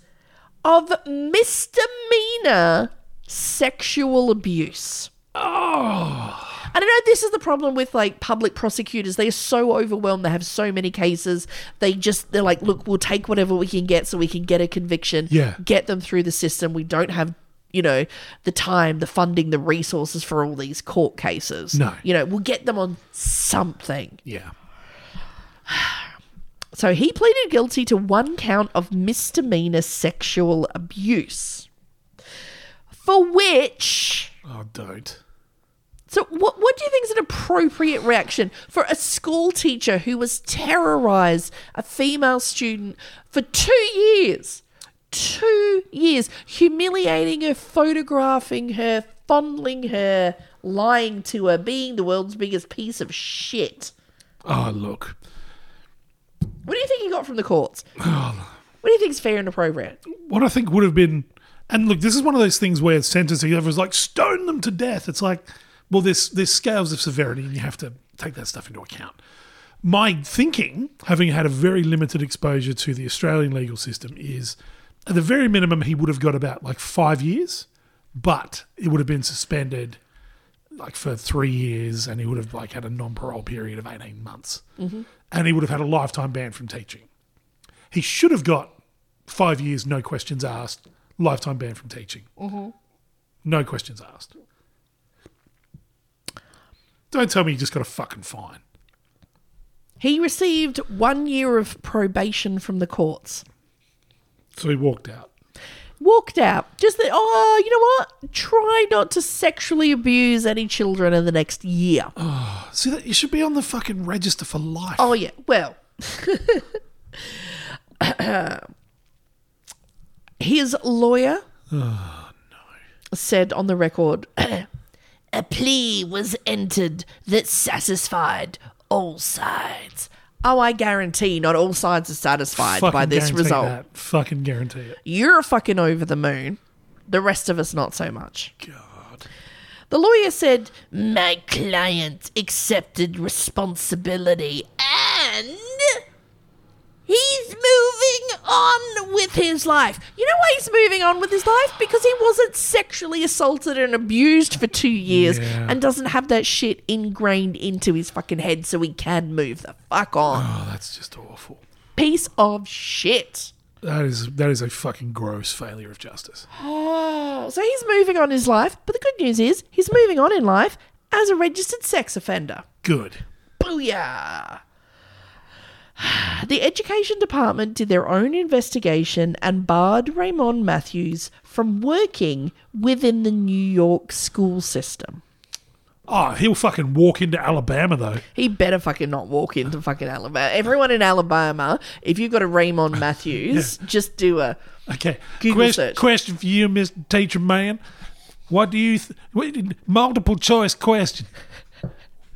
of misdemeanor sexual abuse.
Oh,
And I don't know this is the problem with like public prosecutors. They are so overwhelmed. They have so many cases. They just they're like, look, we'll take whatever we can get so we can get a conviction.
Yeah.
Get them through the system. We don't have you know the time, the funding, the resources for all these court cases.
No.
You know, we'll get them on something.
yeah.
So he pleaded guilty to one count of misdemeanor sexual abuse. For which
Oh, don't.
So, what what do you think is an appropriate reaction for a school teacher who was terrorized a female student for two years? Two years, humiliating her, photographing her, fondling her, lying to her, being the world's biggest piece of shit.
Oh, look.
What do you think he got from the courts? What do you think is fair and appropriate?
What I think would have been, and look, this is one of those things where sentencing was like stone them to death. It's like, well, there's there's scales of severity, and you have to take that stuff into account. My thinking, having had a very limited exposure to the Australian legal system, is at the very minimum he would have got about like five years, but it would have been suspended like for three years, and he would have like had a non-parole period of eighteen months, and he would have had a lifetime ban from teaching. He should have got five years, no questions asked, lifetime ban from teaching.
Mm-hmm.
No questions asked. Don't tell me you just got a fucking fine.
He received one year of probation from the courts.
So he walked out.
walked out. Just that, oh, you know what? Try not to sexually abuse any children in the next year. Oh,
See that you should be on the fucking register for life.
yeah. Well, his lawyer
Oh,
said on the record a plea was entered that satisfied all sides. Oh, I guarantee not all sides are satisfied
Fucking
by this
guarantee
result.
that. Fucking guarantee it.
You're fucking over the moon. The rest of us, not so much.
God.
The lawyer said, My client accepted responsibility and he's moving on with his life. You know why he's moving on with his life? Because he wasn't sexually assaulted and abused for two years
Yeah.
and doesn't have that shit ingrained into his fucking head so he can move the fuck on.
Oh, that's just awful.
Piece of shit.
That is that is a fucking gross failure of justice.
Oh, so he's moving on his life, but the good news is he's moving on in life as a registered sex offender.
Good.
Booyah! The education department did their own investigation and barred Raymond Matthews from working within the New York school system.
Oh, he'll fucking walk into Alabama though.
He better fucking not walk into fucking Alabama. Everyone in Alabama, if you've got a Raymond Matthews, just do a.
Okay.
Google
Quest-
search.
Question for you, Mr. Teacher Man. What do you th- what- multiple choice question?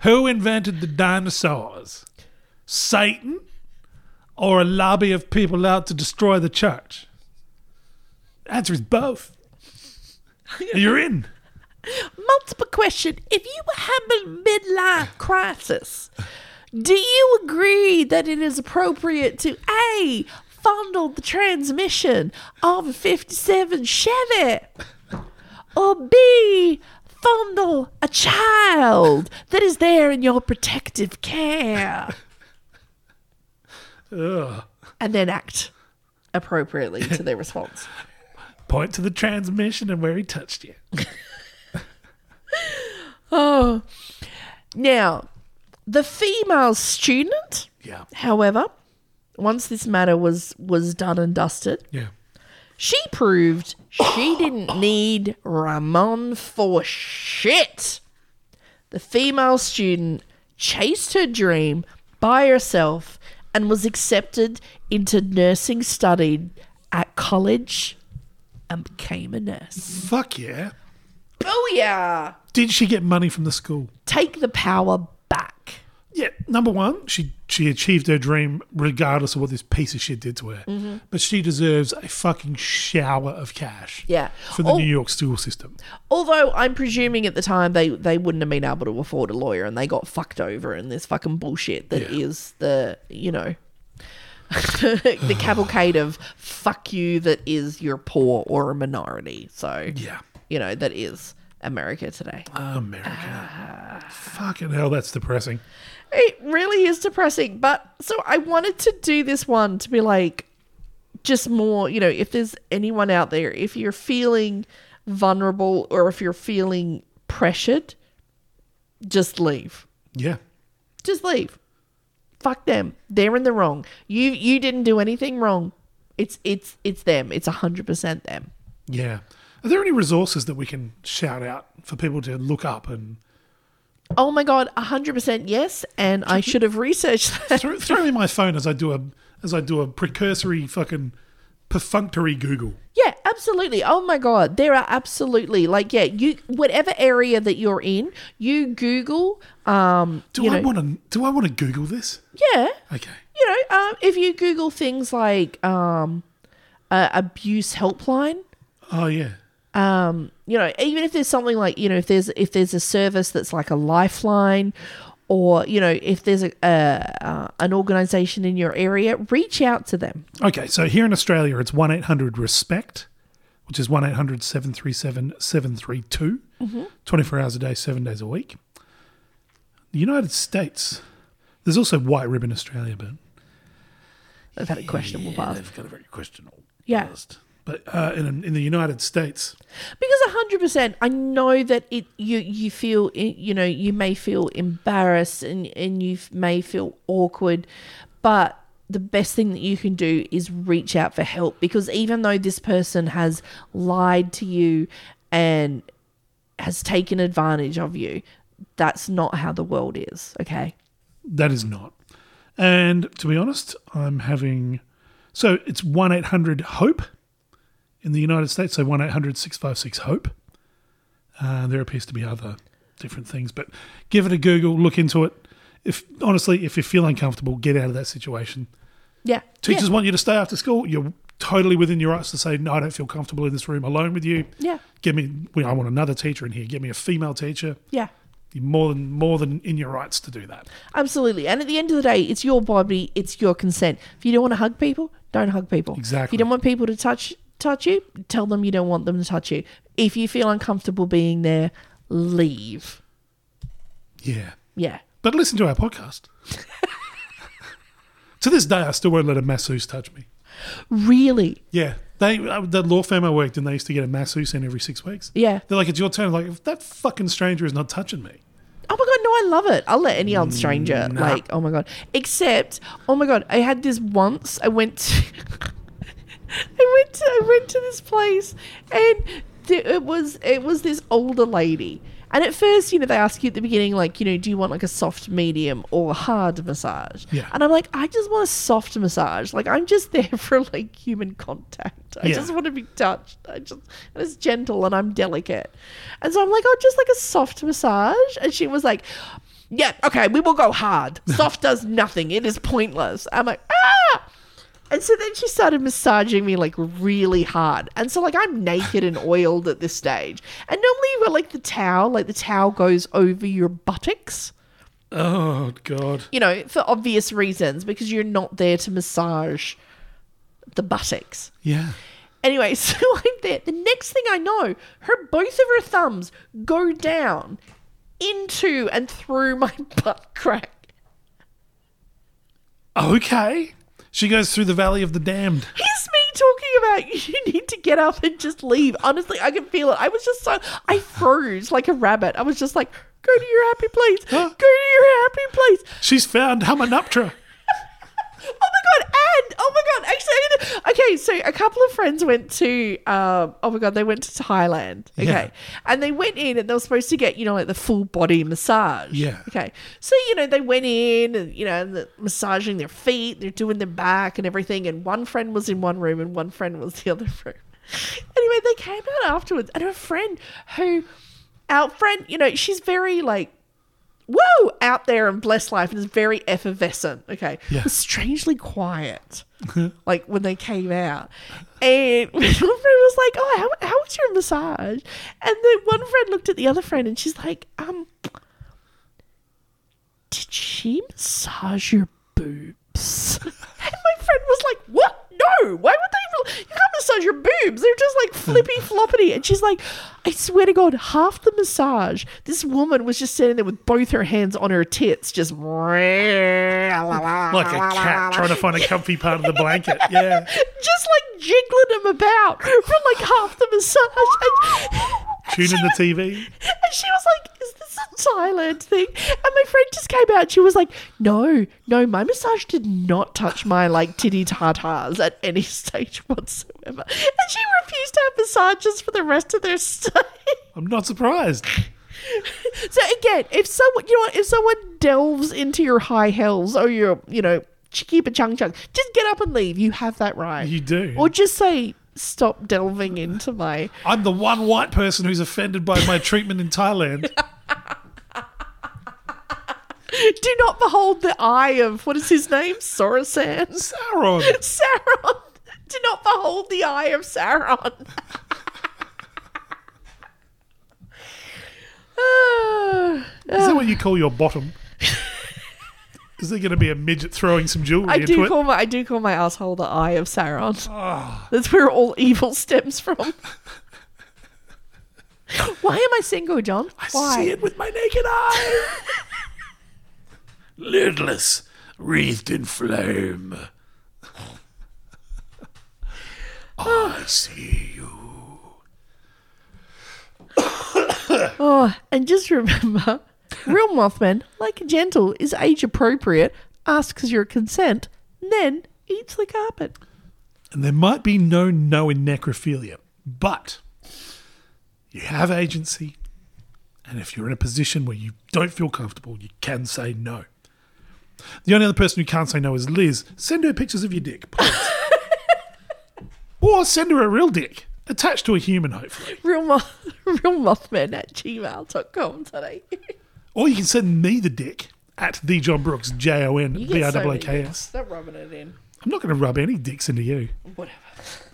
Who invented the dinosaurs? Satan or a lobby of people out to destroy the church? The answer is both. You're in.
Multiple question. If you have a midlife crisis, do you agree that it is appropriate to A, fondle the transmission of a 57 Chevy, or B, fondle a child that is there in your protective care? And then act appropriately to their response.
Point to the transmission and where he touched you.
Oh. Now, the female student,
Yeah.
however, once this matter was was done and dusted,
Yeah.
she proved she didn't need Ramon for shit. The female student chased her dream by herself and was accepted into nursing study at college and became a nurse.
Fuck yeah.
Booyah!
Did she get money from the school?
Take the power back.
Yeah, number one, she she achieved her dream regardless of what this piece of shit did to her.
Mm-hmm.
But she deserves a fucking shower of cash.
Yeah.
For the
Oh.
New York school system.
Although I'm presuming at the time they, they wouldn't have been able to afford a lawyer and they got fucked over in this fucking bullshit that is
Yeah.
the, you know, the cavalcade of fuck you that is you're poor or a minority. So,
Yeah.
you know, that is America today.
America.
Ah.
Fucking hell, that's depressing.
It really is depressing. But so I wanted to do this one to be like, just more, you know, if there's anyone out there, if you're feeling vulnerable or if you're feeling pressured, just leave.
Yeah.
Just leave. Fuck them. They're in the wrong. You you didn't do anything wrong. It's it's it's them. It's hundred percent them.
Yeah. Are there any resources that we can shout out for people to look up and
Oh my god, hundred percent yes. And I should have researched that.
throw, throw me my phone as I do a as I do a precursory fucking perfunctory Google.
Yeah, absolutely. Oh my god, there are absolutely like yeah, you whatever area that you're in, you Google. Um,
Do
you
I
know,
want to do I want to Google this?
yeah,
Okay.
you know, um, if you Google things like um, uh, abuse helpline,
Oh yeah.
you know, even if there's something like you know, if there's if there's a service that's like a lifeline. Or you know, if there's a, a uh, an organisation in your area, reach out to them.
Okay, so here in Australia, it's 1 800 RESPECT, which is 1 800 737 732, 24 hours a day, seven days a week. The United States, there's also White Ribbon Australia, but.
They've had a questionable past.
They've got a very questionable
Yeah.
past. But uh, in, in the United States,
Because hundred percent, I know that it you you feel i- you know you may feel embarrassed and and you f- may feel awkward, but the best thing that you can do is reach out for help because even though this person has lied to you and has taken advantage of you, that's not how the world is. Okay.
that is not. And to be honest, I'm having. So it's 1 800 HOPE in the United States, so 1 800 656 HOPE. Uh, there appears to be other different things, but give it a Google, look into it. If honestly, if you feel uncomfortable, get out of that situation.
Yeah.
Teachers
Yeah.
want you to stay after school. You're totally within your rights to say, "No, I don't feel comfortable in this room alone with you."
Yeah.
Get me. well, I want another teacher in here. Get me a female teacher.
Yeah.
You're more than more than in your rights to do that.
Absolutely. And at the end of the day, it's your body, it's your consent. If you don't want to hug people, don't hug people. If
Exactly.
you don't want people to touch touch you, tell them you don't want them to touch you. If you feel uncomfortable being there, leave.
Yeah.
Yeah.
But listen to our podcast. to this day, I still won't let a masseuse touch me.
Really?
Yeah, they uh, the law firm I worked in, they used to get a masseuse in every six weeks.
Yeah.
They're like, "It's your turn." I'm like, if that fucking stranger is not touching me.
Oh my god, no, I love it. I'll let any old
Mm,
stranger like, oh my god. Except, oh my god, I had this once. I went to I went to I went to this place and th- it was it was this older lady. And at first, you know, they ask you at the beginning, like, you know, do you want like a soft, medium, or a hard massage?
Yeah.
And I'm like, I just want a soft massage. Like, I'm just there for like human contact. I
Yeah.
just want to be touched. I just and it's gentle and I'm delicate. And so I'm like, oh, just like a soft massage. And she was like, Yeah, okay, we will go hard. Soft does nothing. It is pointless. I'm like, ah! And so then she started massaging me like really hard. And so like I'm naked and oiled at this stage. And normally you got like the towel, like the towel goes over your buttocks,
Oh god.
you know, for obvious reasons, because you're not there to massage the buttocks.
Yeah.
Anyway, so I'm there. The next thing I know, her both of her thumbs go down into and through my butt crack.
Okay. She goes through the valley of the damned.
Here's me talking about you need to get up and just leave. Honestly, I can feel it. I was just so I froze like a rabbit. I was just like, go to your happy place. Go to your happy place.
She's found Hamanuptra.
Oh my god, and oh my god, actually I gotta- okay, so a couple of friends went to um oh my god, they went to Thailand. Okay.
Yeah.
And they went in and they were supposed to get, you know, like the full body massage.
Yeah.
Okay. So, you know, they went in and you know, and the, massaging their feet, they're doing their back and everything, and one friend was in one room and one friend was the other room. Anyway, they came out afterwards and her friend who our friend, you know, she's very like whoa out there and blessed life and is very effervescent okay
Yeah.
was strangely quiet like when they came out and one friend was like oh how, how was your massage and then one friend looked at the other friend and she's like um did she massage your boobs and my friend was like what no why would they re- you can't massage your boobs they're just like flippy floppity and she's like i swear to god half the massage this woman was just sitting there with both her hands on her tits just
Like a cat trying to find a comfy part of the blanket. Yeah.
just like jiggling him about for like half the massage. And,
Tune in the TV.
and she was like, "Is this a Thailand thing?" And my friend just came out. She was like, "No, no, my massage did not touch my like titty tartars at any stage whatsoever." And she refused to have massages for the rest of their stay.
I'm not surprised.
So again, if someone you know what, if someone delves into your high hells or your you know chicky pa chung chung, just get up and leave. You have that right.
You do.
Or just say, stop delving into my.
I'm the one white person who's offended by my treatment in Thailand.
Do not behold the eye of, what is his name? Sauron.
Sauron.
Sauron. Do not behold the eye of Sauron.
Is that what you call your bottom? Is there going to be a midget throwing some jewelry
I
into
do
it? Ah.
call my I do call my asshole the eye of Sauron. That's where all evil stems from. Why am I single, John? Why?
See it with my naked eye. Lidless, wreathed in flame. I see you.
Oh, And just remember, real Mothman, like a gentle, is age appropriate, asks your consent, and then eats the carpet.
And there might be no no in necrophilia, but you have agency. And if you're in a position where you don't feel comfortable, you can say no. The only other person who can't say no is Liz. Send her pictures of your dick, please. or send her a real dick, attached to a human, hopefully.
Real, mo- real Mothman at gmail.com today.
Or you can send me the dick at the John Brooks J O N B R W K S.
Stop rubbing it in.
I'm not going to rub any dicks into you.
Whatever.